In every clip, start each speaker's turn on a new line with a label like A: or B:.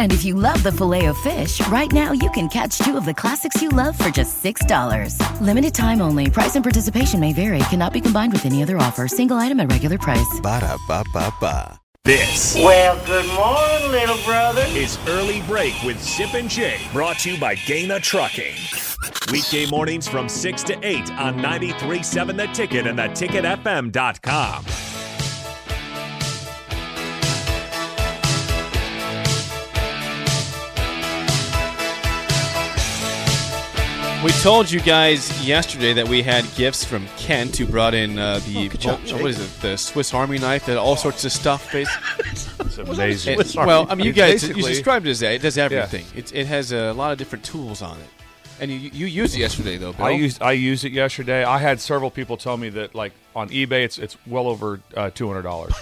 A: And if you love the filet of fish, right now you can catch two of the classics you love for just $6. Limited time only. Price and participation may vary. Cannot be combined with any other offer. Single item at regular price.
B: Ba da ba ba ba. This
C: Well, good morning, little brother.
D: is Early Break with Zip and Jay, brought to you by Gaina Trucking. Weekday mornings from 6 to 8 on 93.7 The Ticket and theticketfm.com.
E: We told you guys yesterday that we had gifts from Kent, who brought in uh, the oh, what is it, the Swiss Army knife, that all sorts of stuff. Basically,
F: Amazing.
E: It- well, I mean, you guys, you
F: Basically-
E: described it as that. It does everything. It, it has a lot of different tools on it, and you you used it yesterday though. Bill.
F: I used I used it yesterday. I had several people tell me that like on eBay it's it's well over uh, two hundred dollars.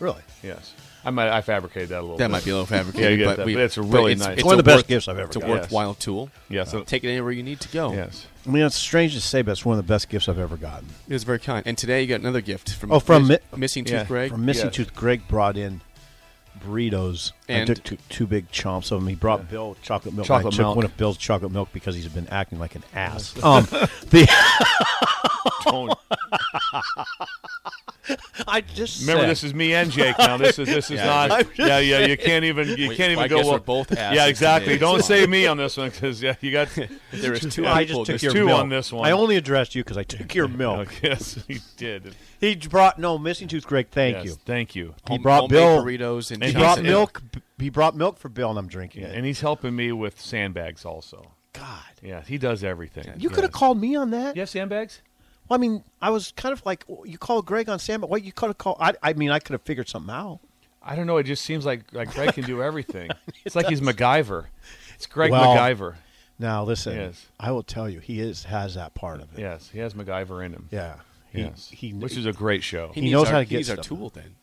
G: Really?
F: yes, I might I fabricated that a little.
E: that
F: bit.
E: might be a little
F: Yeah, you
E: fabricated,
F: get
E: but,
F: that,
E: we,
F: but it's a really
E: it's,
F: nice-
E: It's
F: One
G: of
E: a
G: the best
E: worth-
G: gifts I've ever
E: It's a
G: gotten.
E: worthwhile tool.
F: Yes.
E: Uh, take it anywhere you need to go.
F: Yes.
G: I mean, it's strange to say, but it's one of the best gifts I've ever gotten.
E: It was very kind. And today you got another gift from
G: Oh, from
E: Miss-
G: Mi-
E: missing
F: Yeah,
E: tooth Greg.
G: From Missing
F: Yes.
G: Tooth, Greg brought in burritos.
E: And-
G: I took two, two big chomps of them. He brought Bill chocolate milk.
F: Chocolate
G: I took
F: milk.
G: one of Bill's chocolate milk because he's been acting like an ass. Um, the
F: Tone.
G: I just
F: Remember,
G: said-
F: this is me and Jake. Now this is this is
E: Yeah,
F: not.
E: I'm
G: just
F: Yeah, yeah. You can't even you
E: We-
F: can't even
E: I
F: go.
E: guess
F: well,
E: we're both asses
F: yeah, exactly.
E: today.
F: Don't say me on this one because yeah, you got.
E: There was two
G: I
E: people
G: just took
E: this
G: your
F: two
G: milk.
F: on this one.
G: I only addressed you because I took your milk.
F: yes, he did.
G: He brought no missing tooth, Greg. Thank
F: Yes,
G: you.
F: Thank you.
G: He
E: home-
G: brought
E: homemade
G: Bill.
E: burritos and
G: He
F: chocolate
G: brought
F: milk.
G: milk. He brought milk for Bill, and I'm drinking
F: Yeah,
G: it.
F: and he's helping me with sandbags also.
G: God,
F: Yeah, he does everything.
G: you could have called me on that.
F: You have sandbags?
G: Well, I mean, I was kind of like, well, you called Greg on Sam. What you could have called? I, I mean, I could have figured something out.
F: I don't know. It just seems like like Greg can do everything. it's like he's MacGyver. It's Greg
G: Well-
F: MacGyver.
G: Now, listen,
F: Yes.
G: I will tell you, he is has that part of it.
F: Yes, he has MacGyver in him.
G: yeah. He,
F: Yes.
G: he,
F: Which is a great show.
G: He knows
E: our,
G: how to get
E: He's our
G: stuff.
E: tool then.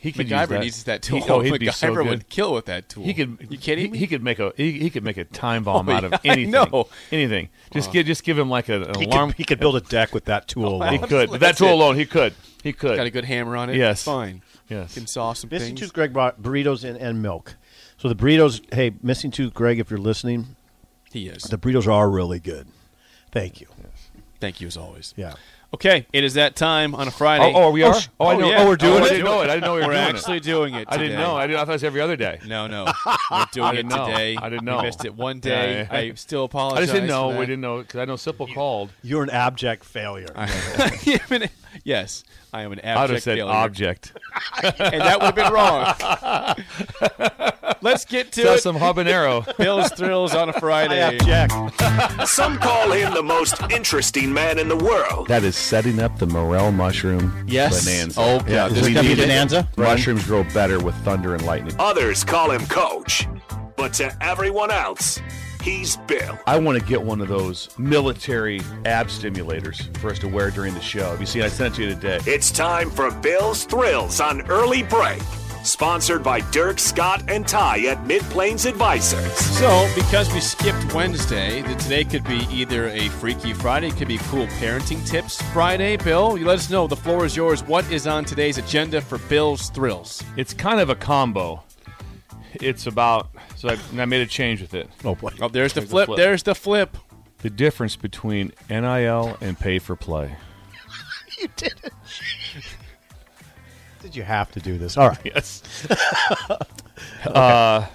F: He could use
E: MacGyver needs that tool.
F: He, oh, he'd
E: MacGyver
F: be so good.
E: would kill with that tool.
F: He could.
E: You kidding
F: he,
E: me?
F: He could make a. He, he could make a time bomb
E: Oh,
F: out
E: yeah,
F: of
E: I
F: anything.
E: know. Uh,
F: Anything. Just give. Just give him like a, an
G: he,
F: alarm.
G: could, he could build a deck with that tool
F: he
G: alone.
F: could. With that
E: That's
F: tool
E: it.
F: alone, he could. He could.
E: got a good hammer on it.
F: Yes.
E: It's fine.
F: Yes.
E: Can saw some
G: Missing
E: things.
G: Tooth Greg brought burritos and, and milk. So the burritos, hey, Missing Tooth Greg, if you're listening,
E: He is.
G: the burritos are really good. Thank you.
E: Thank you as always.
G: Yeah.
E: Okay, it is that time on a
F: Oh,
E: Friday.
F: oh, we are.
E: sh-
F: Oh, I know.
E: yeah.
F: Oh, we're doing
E: Oh,
F: it. I
E: we're
F: didn't know it. I didn't know we were,
E: We're
F: doing
E: actually
F: it.
E: doing it.
F: I didn't
E: today.
F: know. I, didn't, I thought it was every other day.
E: No, no. We're doing it
F: didn't know.
E: today.
F: I didn't
E: We
F: know.
E: missed it one day.
F: Yeah, yeah.
E: I still apologize.
F: I just didn't
E: for
F: know. We
E: that.
F: didn't know because I know Sipple called.
G: You're an abject failure.
E: Even- yes, I am an abject
F: I'd have said
E: failure.
F: object.
E: and that would have been wrong. Let's get to
F: Sell
E: it.
F: some habanero.
E: Bill's Thrills on a
G: I
E: Friday.
G: abject.
D: Some call him the most interesting man in the world.
H: That is setting up the morel mushroom
E: Yes.
H: bonanza.
E: Oh, God.
H: Yeah,
E: This is
H: we
G: gonna be
H: need it.
G: bonanza?
H: Mushrooms grow better with thunder and lightning.
D: Others call him coach. But to everyone else, he's Bill.
H: I want to get one.
F: one of those military ab stimulators for us to wear during the show. You see, I sent it to you today.
D: It's time for Bill's Thrills on Early Break Sponsored by Dirk, Scott, and Ty at Mid Plains Advisors.
E: So, because we skipped Wednesday, that today could be either a Freaky Friday, it could be Cool Parenting Tips Friday. Bill, you let us know. The floor is yours. What is on today's agenda for Bill's Thrills?
F: It's kind of a combo. It's about so I, and I made a change with it.
I: Oh boy.
E: Oh, there's the
F: There's the
E: flip.
F: flip.
E: There's the flip.
F: The difference between NIL and pay for play.
G: You did it. did you have to do this? All right.
F: Yes. uh,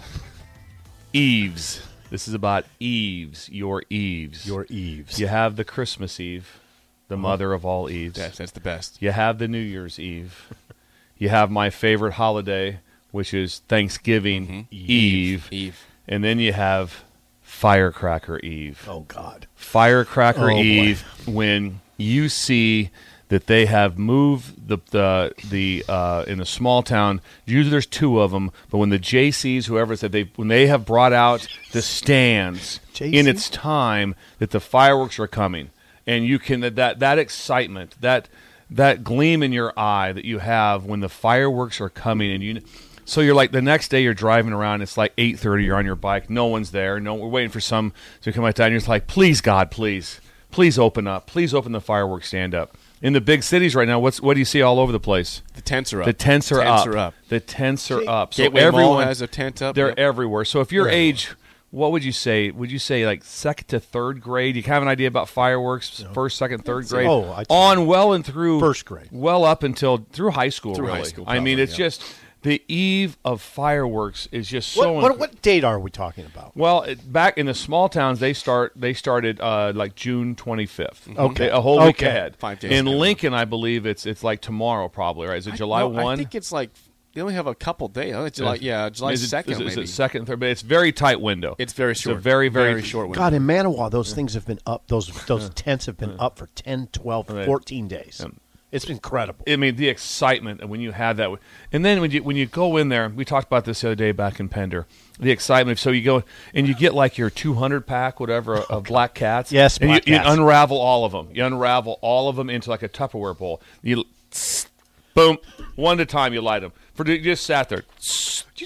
F: Eves. This is about Eves. Your Eves.
G: Your Uh-huh. eaves.
F: You have the Christmas Eve, the mother of all Eves.
E: Yes, that's the best.
F: You have the New Year's Eve. you have my favorite holiday, which is Thanksgiving Eve.
E: Mm-hmm. Eve.
F: And then you have Firecracker Eve.
G: Oh God.
F: Firecracker
G: Oh, boy.
F: Eve when you see that they have moved the the the uh, in the small town. Usually there's two of them, but when the JCs, whoever said they when they have brought out the stands
G: JC?
F: in its time that the fireworks are coming, and you can that that, that excitement that that gleam in your eye that you have when the fireworks are coming and you so you're like the next day you're driving around. It's like eight thirty. You're on your bike. No one's there. No, we're waiting for some to come out. And you're just like, please God, please, please open up. Please open the fireworks stand up. In the big cities right now, what's what do you see all over the place?
E: The tents are up.
F: The tents are
E: tents
F: up.
E: Are up.
F: The tents are
G: See,
F: up. So
E: Gateway Mall
F: everyone
E: has a tent up,
F: They're
E: yep.
F: everywhere. So if your age, what would you say? Would you say like second to third grade? You have an idea about fireworks? First, second, third grade.
G: Oh, I-
F: on well and through
G: First grade.
F: Well up until through high school.
E: Through high
F: really.
E: school,
F: I mean,
E: probably,
F: it's
E: yeah.
F: just the eve of fireworks is just
G: What,
F: so.
G: what,
F: inc-
G: what date are we talking about?
F: well, it, back in the small towns, they start. They started uh, like June twenty fifth.
G: Okay.
F: a whole week
G: Okay.
F: ahead.
E: Mm-hmm. Five days
F: in
E: ahead.
F: Lincoln, I believe it's it's like tomorrow, probably right. Is it July
E: No,
F: one?
E: I think it's like they only have a couple days. I think July, Uh, yeah, July
F: Is it-
E: second.
F: Is it, is
E: maybe.
F: it second, third? But it's very tight window.
E: It's very short.
F: It's a very, very,
E: short window.
G: God, in Manawa, those things have been up. Those those tents have been up for 10, 12, 14 days. It's incredible.
F: I mean, the excitement when you have that, and then when you when you go in there, we talked about this the other day back in Pender. The excitement. So you go and you get like your two hundred pack, whatever, of black cats.
G: Yes,
F: and
G: black
F: you,
G: cats.
F: you unravel all of them. You unravel all of them into like a Tupperware bowl. You, boom, one at a time. You light them. For you just sat there.
G: Did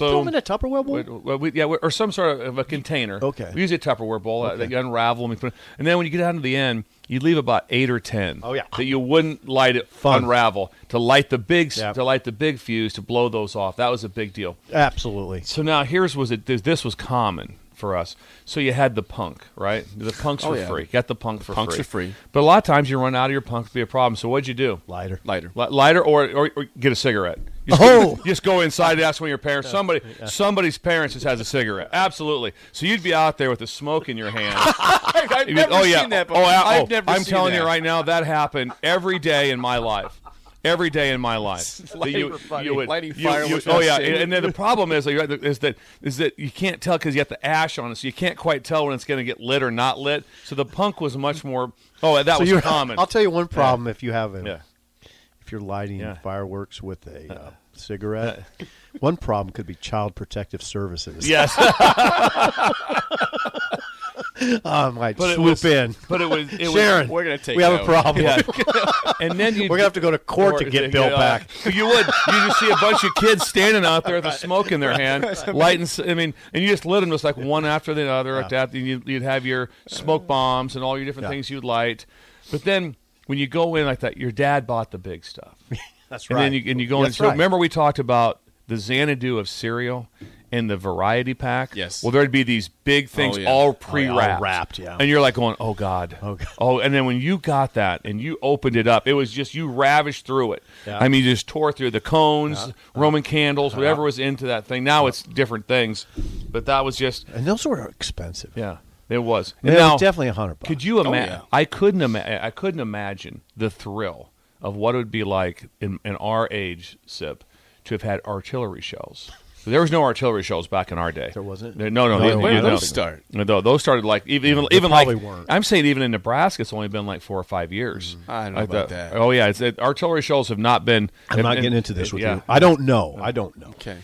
G: you throw
F: boom.
G: them in a Tupperware bowl?
F: Wait, well, we- yeah, we- or some sort of a container.
G: Okay.
F: We use a Tupperware bowl uh, that you unravel them, and, put, and then when you get down to the end, you leave about eight or ten.
G: Oh, yeah.
F: that you wouldn't light it unravel to light the big s-
G: Yeah.
F: to light the big fuse to blow those off. That was a big deal.
G: Absolutely.
F: So now here's was it. This, this was common for us. So you had the punk, right? The punks
E: Oh,
F: were
E: yeah.
F: free. Got the punk for
E: punks
F: free.
E: are free.
F: But a lot of times you run out of your punk to be a problem. So what'd you do?
G: Lighter.
E: Lighter.
F: Li- lighter or, or, or get a cigarette. You just,
G: Oh!
F: just go inside and ask one of your parents. Somebody, somebody's parents just has a cigarette. Absolutely. So you'd be out there with a smoke in your hand.
E: I've, I've
F: You'd be, oh yeah. oh, I- oh, I'm telling you
E: that.
F: right now, that happened every day in my life. Every day in my life, That
E: Lighter fire- lighting
F: you-
E: fire
F: you-
E: was
F: oh yeah,
E: insane.
F: and, and then the problem is, like, right, is that is that you can't tell because you got the ash on it, so you can't quite tell when it's going to get lit or not lit. So the punk was much more. Oh, that was common.
G: I'll tell you one problem if you have a,
F: Yeah.
G: if you're lighting
F: Yeah.
G: fireworks with a uh, cigarette. one problem could be Child Protective Services.
F: Yes.
G: I might
F: But it
G: swoop
F: was-
G: in.
F: But it was it
G: Sharon,
E: we're gonna take
G: We have
E: that
G: a
E: one.
G: problem.
F: Was, yeah. and then you
G: We're gonna have to go to court to get Bill back.
F: You would. You just see a bunch of kids standing out there with a smoke in their hand, lighting. s- I mean, and you just lit them just like one after the other. Like that. And you'd, you'd have your smoke bombs and all your different things you'd light. But then when you go in like that, your dad bought the big stuff.
G: That's
F: and
G: right.
F: then you and you go in.
G: That's
F: So
G: right.
F: remember we talked about the Xanadu of cereal and the variety pack.
E: Yes.
F: Well, there'd be these big things
E: yeah.
F: all pre-wrapped,
G: wrapped, yeah.
F: And you're like going, oh god, oh
G: God.
F: and then when you got that and you opened it up, it was just you ravished through it.
G: Yeah.
F: I mean, you just tore through the cones, Roman candles, whatever was into that thing. Now it's different things, but that was just
G: and those were expensive.
F: yeah, it was.
G: Yeah,
F: And now-
G: definitely a hundred bucks.
F: could you imagine?
E: yeah.
F: I couldn't imagine. I couldn't imagine the thrill of what it would be like in, in our age, Sip, to have had artillery shells. There was no artillery shells back in our day. There
G: wasn't?
F: There, no, no.
G: No,
F: they-
G: there
F: you
G: wasn't.
F: know,
E: Those start.
F: No, those started like even even, even like
G: probably weren't.
F: I'm saying even in Nebraska, it's only been like four or five years.
E: I don't know
F: Like
E: about
F: the-
E: that.
F: Oh yeah, it's, it, artillery shells have not been.
G: I'm
F: have-
G: not
F: and-
G: getting into this with
F: yeah,
G: you. I don't know. I don't know.
E: Okay.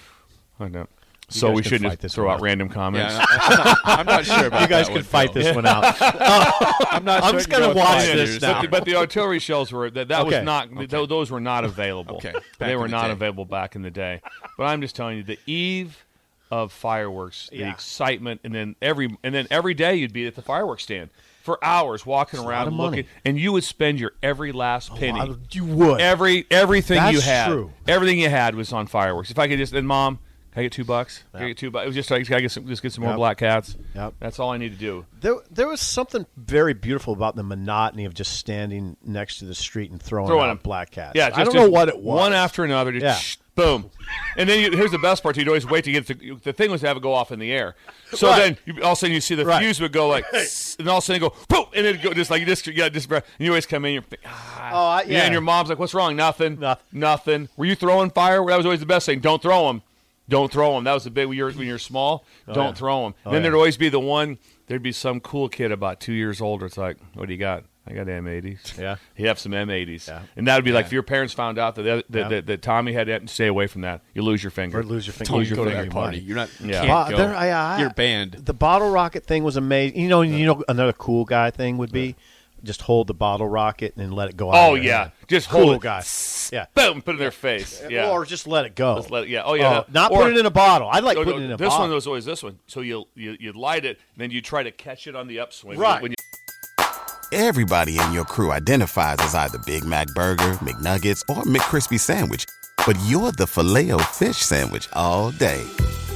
F: I know. so
G: guys
F: we
G: can
F: shouldn't
G: fight
F: just
G: this
F: throw
G: one
F: out
G: out.
F: random comments.
E: Yeah, I'm, not, I'm not sure about
G: You guys
E: that
G: can
E: one,
G: fight
E: Bill.
G: this one out.
E: I'm not. sure
G: I'm
E: I
G: just
E: can go
G: gonna
E: with
G: watch
E: five
G: this
E: years.
G: now.
F: But the, but the artillery shells were that, that
G: Okay.
F: was not tho- those were not available.
E: Okay. Back
F: They
E: in
F: were
E: the
F: not
E: day.
F: available back in the day. But I'm just telling you the eve of fireworks, the
G: Yeah.
F: excitement and then every and then every day you'd be at the fireworks stand for hours walking
G: lot
F: around
G: of
F: looking
G: money.
F: and you would spend your every last penny.
G: I- you would.
F: Every everything you
G: That's
F: had.
G: true.
F: Everything you had was on fireworks. If I could just and mom, can I get two bucks? Can I get two bucks? It was just like, can I get some, just get some more
G: Yep.
F: black cats?
G: Yep.
F: That's all I need to do.
G: There, there was something very beautiful about the monotony of just standing next to the street and throwing,
F: throwing
G: out
F: them
G: black cats.
F: Yeah,
G: I
F: just-
G: don't know
F: just
G: what it was.
F: One after another, just
G: Yeah.
F: shh, boom, and then you, here's the best part: you'd always wait to get the, the thing was to have it go off in the air. So
G: Right.
F: then you, all of a sudden you see the
G: Right.
F: fuse would go like, and all of a sudden it go boom, and it go just like you just yeah just breath. And you always come in, you're ah,
G: Oh, I- yeah.
F: and your mom's like, "What's wrong? Nothing,
G: Nothing.
F: nothing." Were you throwing fire? That was always the best thing. Don't throw them. Don't throw them. That was the big when you're when you're small. don't
G: yeah.
F: throw them.
G: Oh,
F: then
G: yeah.
F: there'd always be the one. There'd be some cool kid about two years older. It's like, what do you got? I got M80s.
G: Yeah.
F: He'd have some M80s. And that would be like if your parents found out that that, that,
G: Yeah.
F: that, that Tommy had that, stay away from that. You lose your finger.
G: Or lose your finger.
E: Don't
G: Lose
E: you
G: your
E: go to
G: finger,
E: that
G: your
E: party.
G: money.
E: You're not.
F: Yeah.
E: Can't go.
G: Bo- Uh, there- I- I-
E: You're banned.
G: The bottle rocket thing was amazing. You know, you know, another cool guy thing would be just hold the bottle rocket and let it go. out
F: Oh,
G: of your
F: yeah.
G: hand.
F: Just
G: cool
F: hold it.
G: guy. Yeah.
F: Boom, put it in their face. Yeah.
G: Or just let it go.
F: Just let it- yeah. Oh, yeah.
G: not
F: Or-
G: put it in a bottle. I like
F: No,
G: putting
F: no,
G: it in a
F: this
G: bottle.
F: one was always this one. So you you you light it, and then you try to catch it on the upswing.
G: Right.
F: When you-
B: Everybody in your crew identifies as either Big Mac Burger, McNuggets, or McCrispy Sandwich. But you're the filet fish Sandwich all day.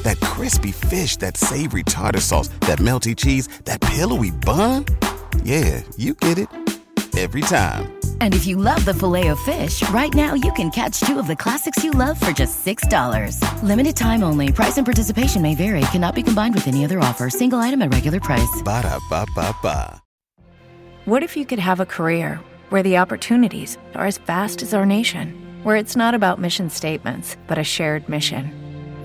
B: That crispy fish, that savory tartar sauce, that melty cheese, that pillowy bun. Yeah, you get it. Every time.
A: And if you love the filet of fish, right now you can catch two of the classics you love for just $6. Limited time only. Price and participation may vary. Cannot be combined with any other offer. Single item at regular price.
B: Ba-da-ba-ba-ba.
J: What if you could have a career where the opportunities are as vast as our nation, where it's not about mission statements, but a shared mission?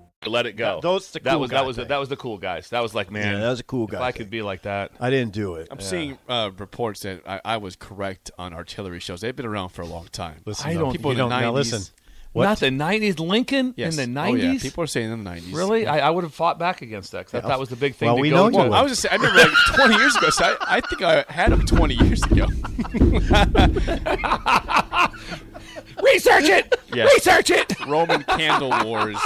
F: let it go.
G: Yeah, those the
F: that
G: cool
F: was
G: guy
F: that was
G: thing.
F: that was the cool guys. That was like man,
G: Yeah, that was a cool guy
F: If I
G: thing.
F: could be like that,
G: I didn't do it.
E: I'm seeing uh, reports that I, I was correct on artillery shows. They've been around for a long time.
G: Listen,
F: I
G: though,
F: don't-
G: people
E: you
G: don't
E: don't-
G: now.
E: 90s.
G: Listen, what?
F: not the '90s Lincoln
E: Yes.
F: in the
E: Oh,
F: '90s.
E: yeah. People are saying in the 90s.
F: really, I, I would have fought back against that. 'cause I thought that was the big thing.
G: Well,
F: to
G: we
F: go
G: know you
F: to.
G: would.
E: I was just saying, I remember like 20 years ago. So I, I think I had them 20 years ago.
F: Research it.
E: Yeah.
F: Research it.
E: Roman candle wars.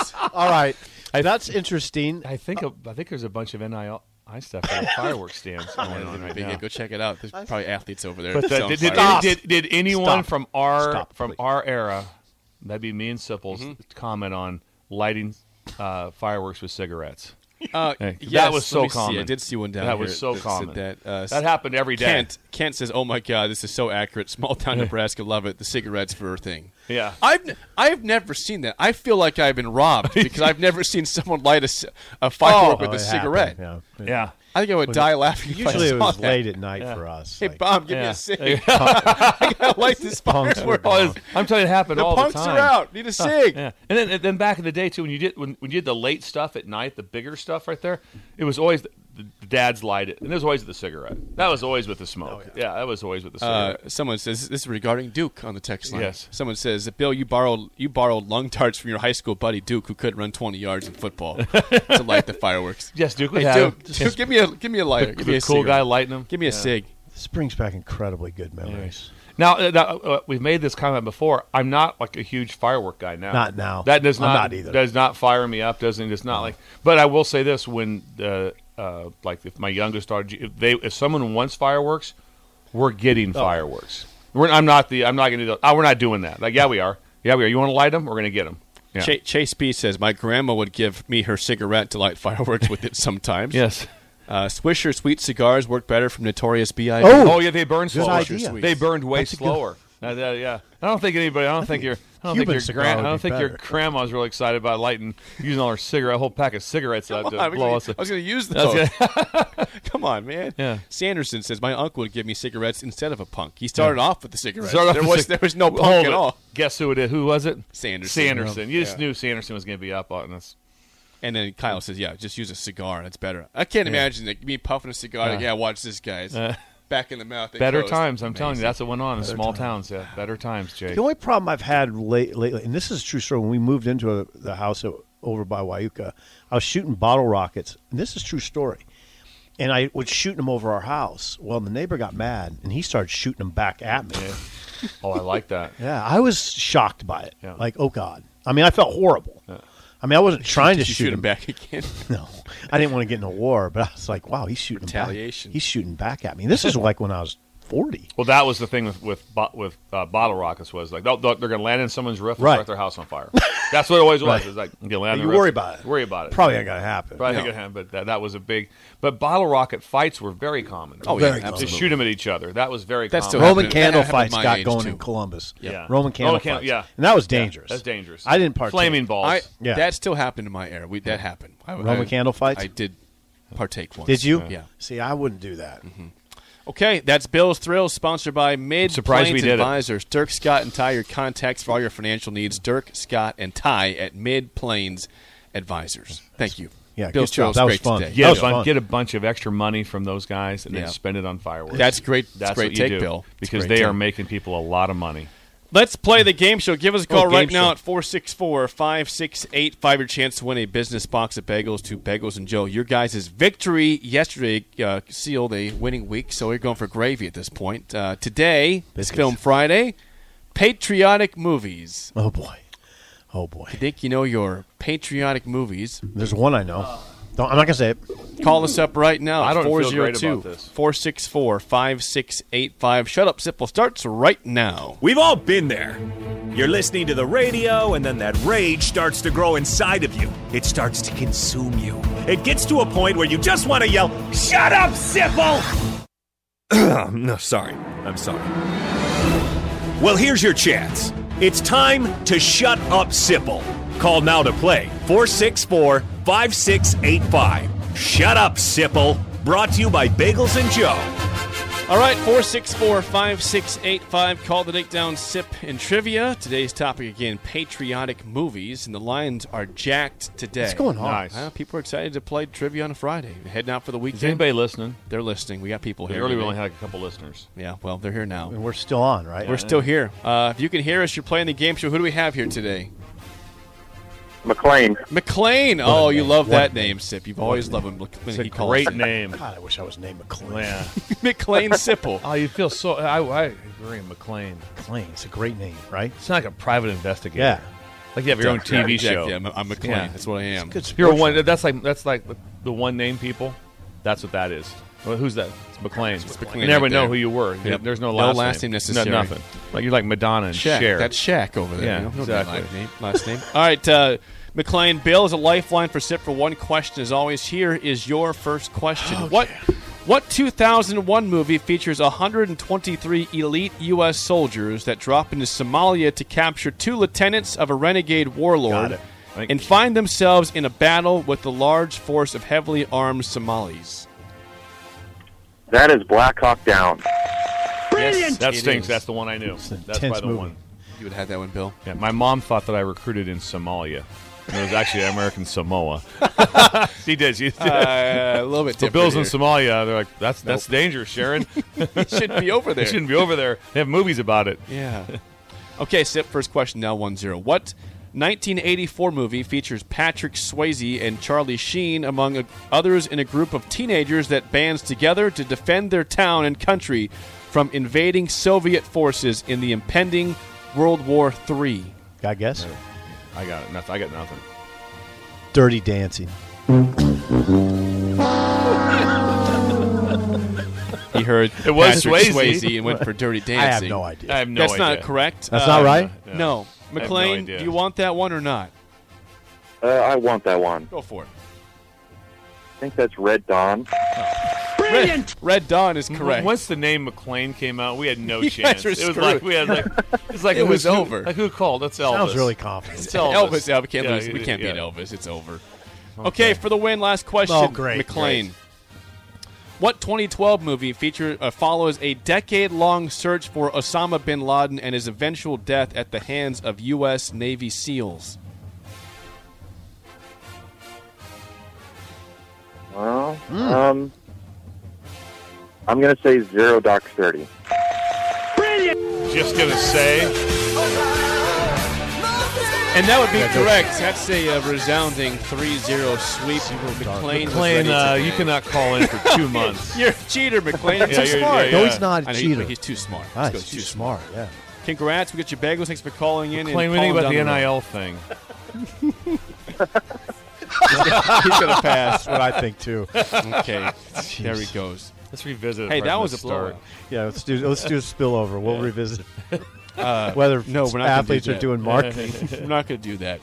G: All right, that's interesting.
F: I think a, I think there's a bunch of NIL stuff at fireworks stands going on right
E: Yeah,
F: now.
E: go check it out. There's probably athletes over there.
F: But uh,
E: selling
F: did, did,
E: fireworks.
F: did, did anyone
G: Stop.
F: from our
G: Stop,
F: from
G: please.
F: our era, that'd be me and Sipples,
E: Mm-hmm.
F: comment on lighting uh, fireworks with cigarettes?
E: Uh,
F: Hey,
E: yes,
F: that
E: let
F: was so
E: me see.
F: common.
E: I did see one down
F: That
E: here
F: was so
E: that said
F: common.
E: That, uh,
F: That happened every day.
E: Kent Kent says, "Oh my God, this is so accurate. Small town Nebraska, love it. The cigarettes for a thing."
F: Yeah.
E: I've n- I've never seen that. I feel like I've been robbed because I've never seen someone light a, c- a firework with
G: Oh,
E: a
G: it
E: cigarette.
G: happened, yeah.
F: Yeah.
E: I think I would die laughing. if I
G: Usually it
E: saw
G: was
E: that.
G: late at night for us.
E: Hey,
G: like-
E: Bob, give me
F: Yeah.
E: a cig. I gotta light this
G: punks were
E: firework.
F: Oh, it's- I'm telling you, it happened
E: The
F: all
E: punks
F: the time.
E: are out. Need a cig.
F: Yeah, and then and then back in the day too, when you did when, when you did the late stuff at night, the bigger stuff right there, it was always the, the dad's light it, and it was always the cigarette. That was always with the smoke. Oh, yeah. that was always with the
E: Uh,
F: cigarette.
E: someone says this is regarding Duke on the text line.
F: Yes.
E: Someone says that Bill, you borrowed you borrowed lung tarts from your high school buddy Duke, who couldn't run 20 yards in football to light the fireworks.
F: Yes, Duke would
E: Hey,
F: have
E: Duke,
F: him.
E: Duke,
F: Yes.
E: give me a give me a lighter. give
F: the
E: me a
F: cool
E: cigarette.
F: guy lighting them.
E: Give me a cig.
G: This brings back incredibly good memories.
F: Now, uh, now, uh, we've made this comment before. I'm not like a huge firework guy now.
G: Not now.
F: That does
G: I'm
F: not,
G: not either.
F: Does not fire me up. Doesn't. It's not like. But I will say this: when uh, uh, like if my youngest daughter, if they, if someone wants fireworks, we're getting
G: Oh.
F: fireworks. We're, I'm not the. I'm not going to. do. Oh, we're not doing that. Like, yeah, we are. Yeah, we are. You want to light them? We're going to get them. Yeah.
E: Cha- Chase B says my grandma would give me her cigarette to light fireworks with it sometimes.
F: Yes.
E: Uh, Swisher sweet cigars work better from Notorious B.I.B.
G: Oh,
F: Oh yeah, they burn slower.
G: idea.
F: They burned way
G: That's a good-
F: slower. Uh, yeah, yeah. I don't think anybody. I don't think, your. I don't think
G: Cuban
F: your
G: cigar
F: grand.
G: would
F: I don't
G: be
F: think your
G: better.
F: grandma's real excited about lighting using all her cigarette, whole pack of cigarettes up
E: on, I
F: to
E: was
F: blow
E: gonna-
F: us.
E: I was gonna use
F: That's
E: those.
F: good.
E: Come on, man.
F: Yeah.
E: Sanderson says my uncle would give me cigarettes instead of a punk. He started
F: Yeah.
E: off with the cigarettes.
F: Start off
E: there
F: with
E: was
F: cig-
E: there was no
F: Hold
E: punk at
F: it.
E: all.
F: Guess who it is? Who was it?
E: Sanderson.
F: Sanderson. You just
E: Yeah.
F: knew Sanderson was going to be up on this.
E: And then Kyle says, "Yeah, just use a cigar. That's better." I can't
F: Yeah.
E: imagine like, me puffing a cigar. Like,
F: Yeah.
E: yeah, watch this, guys.
F: Uh,
E: Back in the mouth. it
F: Better
E: goes.
F: times. I'm telling you,
E: Amazing.
F: that's what went on in
G: Better
F: small towns.
G: times.
F: Yeah, better times, Jake.
G: The only problem I've had late, lately, and this is a true story, when we moved into a, the house o- over by Wyuka, I was shooting bottle rockets, and this is a true story. And I was shooting them over our house. Well, the neighbor got mad, and he started shooting them back at me.
F: Oh, I like that.
G: Yeah, I was shocked by it.
F: Yeah.
G: Like, oh god. I mean, I felt horrible. I mean, I wasn't trying to
E: Did you shoot him
G: him
E: back again.
G: No, I didn't want to get in a war, but I was like, wow, he's shooting
E: Retaliation.
G: Back. He's shooting back at me. This is like when I was forty.
F: Well, that was the thing with with bo- with uh, bottle rockets was like they'll, they're going to land in someone's roof and
G: Right.
F: start their house on fire. That's what it always was.
G: Right.
F: It's like you land. in the
G: You
F: roof,
G: worry about it.
F: Worry about it.
G: Probably ain't gonna happen.
F: Probably
G: No.
F: ain't gonna happen, But that, that was a big. But bottle rocket fights were very common.
E: Oh, yeah, Very common.
F: Just shoot them at each other. That was very
E: That's
F: common.
E: still happened.
G: Roman
E: That
G: candle
E: happened
G: fights
E: my
G: got
E: age,
G: going
E: too.
G: in Columbus.
F: Yeah.
G: Roman candle
F: Roman candle-
G: fights.
F: yeah.
G: and that was
F: Yeah,
G: dangerous.
F: that's dangerous.
G: I didn't partake.
F: Flaming balls.
E: I,
G: Yeah.
E: That still happened in my era. We, that happened. I,
G: Roman
E: I-
G: candle fights?
E: I did partake once.
G: Did you?
E: Yeah.
G: See, I wouldn't do that.
E: Okay, that's Bill's Thrills, sponsored by Mid
F: surprised we
E: Plains
F: did it.
E: Advisors. Dirk Scott and Ty, your contacts for all your financial needs. Dirk Scott and Ty at Mid Plains Advisors. Thank you.
G: Yeah,
E: Bill's
G: good job.
E: Thrills,
G: That was
E: great
G: fun.
E: today.
G: That
F: Get a,
G: was
F: bun-
G: fun.
F: get a bunch of extra money from those guys and
E: Yeah.
F: then spend it on fireworks.
E: That's great. That's
F: That's
E: great
F: what
E: take,
F: you do
E: Bill. It's
F: because
E: great
F: they
E: take.
F: are making people a lot of money.
E: Let's play the game show. Give us a call
F: Oh, game
E: right now
F: show.
E: at 464 5685. Your chance to win a business box of bagels to Bagels and Joe. Your guys' victory yesterday uh, sealed a winning week, so we're going for gravy at this point. Uh, today, it's
G: Biscuits.
E: Film Friday, patriotic movies.
G: Oh boy. Oh boy.
E: Think you know your patriotic movies?
G: There's one I know. Don't, I'm not gonna say it.
E: Call us up right now
F: I
E: at
F: don't feel great
E: 402
F: about this.
E: 464 5685. Shut Up Simple starts right now.
D: We've all been there. You're listening to the radio, and then that rage starts to grow inside of you. It starts to consume you. It gets to a point where you just want to yell, Shut up, Sipple! no, sorry. I'm sorry. Well, here's your chance. It's time to shut up, Sipple. Call now to play 464 5685. Shut up, Sipple. Brought to you by Bagels and Joe.
E: All right, 464 5685. Call the Nick Down Sip and Trivia. Today's topic again patriotic movies, and the lines are jacked today.
G: What's going on?
F: Nice.
E: Uh, people are excited to play trivia on a Friday. Heading out for the weekend.
F: Is anybody listening?
E: They're listening. We got people here.
F: Earlier we
E: today.
F: only had a couple listeners.
E: yeah, well, they're here now.
G: And we're still on, right?
E: We're still here. Uh, if you can hear us, you're playing the game show. Who do we have here today?
K: McLean.
E: McLean. Oh, you
G: name.
E: love
G: What
E: that
G: name.
E: name, Sip. You've always loved him.
F: It's
E: McLean.
F: a
E: He calls
F: great
E: him.
F: name.
G: God, I wish I was named McLean.
F: Yeah.
E: McLean Sipple.
F: Oh, you feel so. I, I agree, McLean.
G: McLean. It's a great name, right?
F: It's not like a private investigator.
G: Yeah.
F: like you have your own TV
E: Jack,
F: show.
E: Yeah, I'm, I'm McLean.
F: Yeah.
E: That's what I am.
G: Good sports
F: You're one.
G: name.
F: That's like that's like the- the one name people. That's what that is. Well, who's that? It's McLean.
E: McLean
F: you never
E: right
F: know
E: there.
F: who you were.
E: Yep.
F: There's no
E: No
F: last,
E: last name
F: name
E: necessary.
F: No- nothing. Like you're like Madonna and
E: Shaq.
F: Cher.
E: That's Shaq over there.
F: Yeah,
E: you know? Don't need
F: exactly.
E: Last name. Last name. All right, uh, McLean. Bill is a lifeline for Sip for one question. As always, here is your first question. What What 2001 movie features 123 elite U.S. soldiers that drop into Somalia to capture two lieutenants of a renegade
G: Got
E: warlord
G: it.
F: I think-
E: and find themselves in a battle with the large force of heavily armed Somalis?
K: That is Black Hawk Down.
F: Yes, that
E: It
F: stinks.
E: is.
F: That's the one I knew.
G: an
F: That's
G: intense
F: by the
G: movie.
F: one.
E: You would have that one, Bill.
F: Yeah, my mom thought that I recruited in Somalia. And it was actually American Samoa. she did. She did.
E: Uh, a little bit
F: the
E: different.
F: Bills in
E: here.
F: Somalia. They're like, that's that's dangerous, Sharon.
E: It should be over there.
F: They shouldn't be over there. They have movies about it.
E: Yeah. okay, Sip, first question now 1 0. What 1984 movie features Patrick Swayze and Charlie Sheen, among a- others, in a group of teenagers that bands together to defend their town and country from invading Soviet forces in the impending World War III?
G: Got a guess?
F: I got it. Nothing. I got nothing.
G: Dirty Dancing.
E: He heard
F: It was
E: Patrick
F: Swayze.
E: Swayze and went for Dirty Dancing.
G: I have no idea.
F: I have no
E: That's
F: idea.
E: not correct. Um,
G: That's not right?
E: No.
F: Yeah. I have no
E: McLean,
F: idea.
E: do you want that one or not?
K: Uh, I want that one.
E: Go for it.
K: I think that's Red Dawn.
E: Red, Red, Red Dawn is correct.
F: Once the name McLean came out, we had no
E: You guys
F: chance.
E: were
F: it was
E: screwed.
F: like we had like it's like
E: It was
F: who-
E: over.
F: Like who called? That's Elvis.
G: Sounds really confident.
F: It's Elvis.
E: Elvis. yeah, we can't
F: Yeah,
E: lose. We can't
F: yeah.
E: beat Elvis. It's over. Okay. for the win. Last question.
G: Oh, great,
E: McLean. What 2012 movie feature uh, follows a decade-long search for Osama bin Laden and his eventual death at the hands of U.S. Navy SEALs?
K: Well, um, I'm going to say zero Dark Thirty.
F: Just gonna say
E: And that would be correct. That's a uh, resounding 3-0 sweep. McLean, was
F: McLean,
E: ready to
F: uh, you
E: play.
F: cannot call in for two months.
E: You're a cheater, McLean. You're
F: Yeah,
E: too
F: you're-
E: smart.
F: yeah,
G: No,
F: yeah.
G: he's not a
E: I know,
G: cheater.
E: He, he's too smart.
G: Ah,
E: Let's go,
G: he's too smart. Yeah.
E: Congrats. We get your bagels. Thanks for calling in.
F: McLean,
E: and
F: what do you
E: calling
F: think about the
E: down road.
F: NIL thing?
E: He's gonna pass.
G: What I think too.
E: Okay, there he goes.
F: Let's revisit. it
E: Hey,
F: right
E: that
F: from
E: was
F: the
E: a
F: start.
E: blowout.
G: Yeah, let's do let's do a spillover. We'll revisit whether
E: no, we're not gonna
G: athletes
E: do
G: are
E: that.
G: doing marketing.
E: I'm not gonna do that.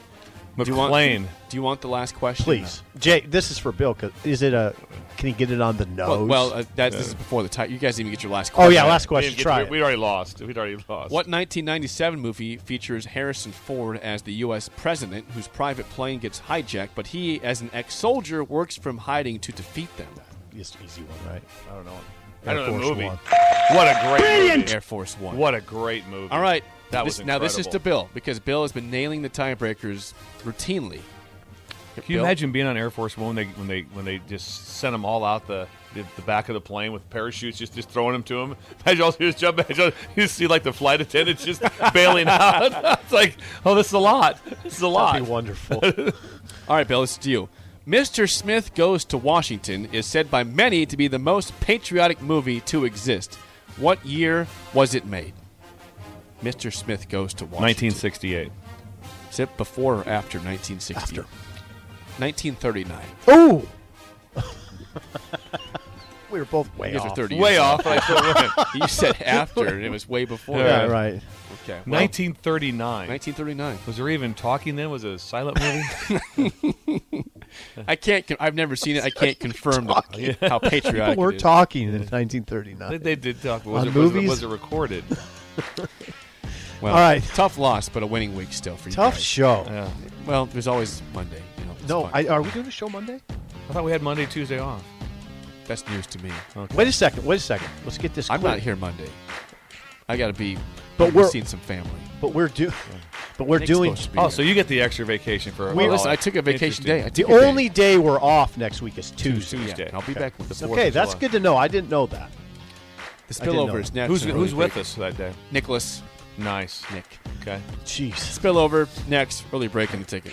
E: Do you want-
F: McLean.
E: do you want the last question?
G: Please, Jay. This is for Bill. 'cause is it a? Can he get it on the
E: Well,
G: nose?
E: well uh, that, this is before the tie. You guys didn't even get your last.
G: oh
E: question.
G: yeah. Last
F: We
G: question.
F: didn't get
G: Try
F: to-
G: it.
F: We'd already lost. We'd already lost.
E: What 1997 movie features Harrison Ford as the U.S. president, whose private plane gets hijacked, but he, as an ex-soldier, works from hiding to defeat them?
G: Just an easy one, right? I don't know.
F: I don't know,
G: Force
F: movie.
G: One.
F: What a great
E: Air Force One.
F: movie. What a great movie.
E: All right.
F: That
E: This-
F: was
E: now this is to
F: incredible.
E: Bill because Bill has been nailing the tiebreakers routinely.
F: Can you
E: Bill?
F: imagine being on Air Force One when they when they when they just sent them all out the the, the back of the plane with parachutes, just just throwing them to them? Imagine all just jump. Imagine all- you see like the flight attendants just bailing out. it's like, oh, this is a lot. This is a lot.
G: That'd be wonderful.
E: All right, Bill, it's to you. Mr. Smith Goes to Washington is said by many to be the most patriotic movie to exist. What year was it made? Mr. Smith Goes to Washington.
F: 1968.
E: Is it before or after 1960?
G: After.
E: 1939.
G: Ooh. we were both way
E: You guys are
G: off.
E: 30
F: Way
E: years
F: off. but I still win.
E: old. You said after, and it was way before.
G: Yeah, right.
E: Okay. well,
F: 1939.
E: 1939.
F: was there even talking then? Was it a silent movie?
E: I can't. con- I've never seen it. I can't confirm the, how patriotic.
G: We're
E: it is.
G: talking in
F: they,
G: 1939.
F: they did talk. but Was
G: On
F: it, was, it,
G: movies?
F: was it recorded?
E: Well,
G: All right.
E: Tough loss, but a winning week still for you.
G: Tough
E: guys.
G: show.
E: Well, there's always Monday. You know, it's
G: No,
E: fine.
G: I, uh, are we doing a show Monday?
F: I thought we had Monday, Tuesday off.
E: That's news to me.
G: Wait a second. Wait a second. Let's get this.
E: I'm
G: clear.
E: not here Monday. I got to be.
G: But
E: I've
G: we're-
E: seen some family.
G: but we're do. But we're
E: Nick's
G: doing.
E: supposed to be
F: Oh,
E: here.
F: so you get the extra vacation for a
E: Well,
F: holiday.
E: listen, I took a vacation
F: Interesting.
E: day. I
G: Oh, The
E: took a day.
G: only day we're off next week is Tuesday.
E: Yeah,
F: Tuesday.
E: and I'll be back with the fourth.
G: Okay,
E: of
G: that's
E: July.
G: good to know. I didn't know that.
E: The
G: I didn't know
E: spillover is
G: that.
E: next.
F: Who's
E: and
F: who's
E: Early
F: with
E: Break.
F: us that day?
E: Nicholas,
F: Nice.
E: Nick.
F: Okay.
G: Jeez.
E: Spillover next. Early break in the ticket.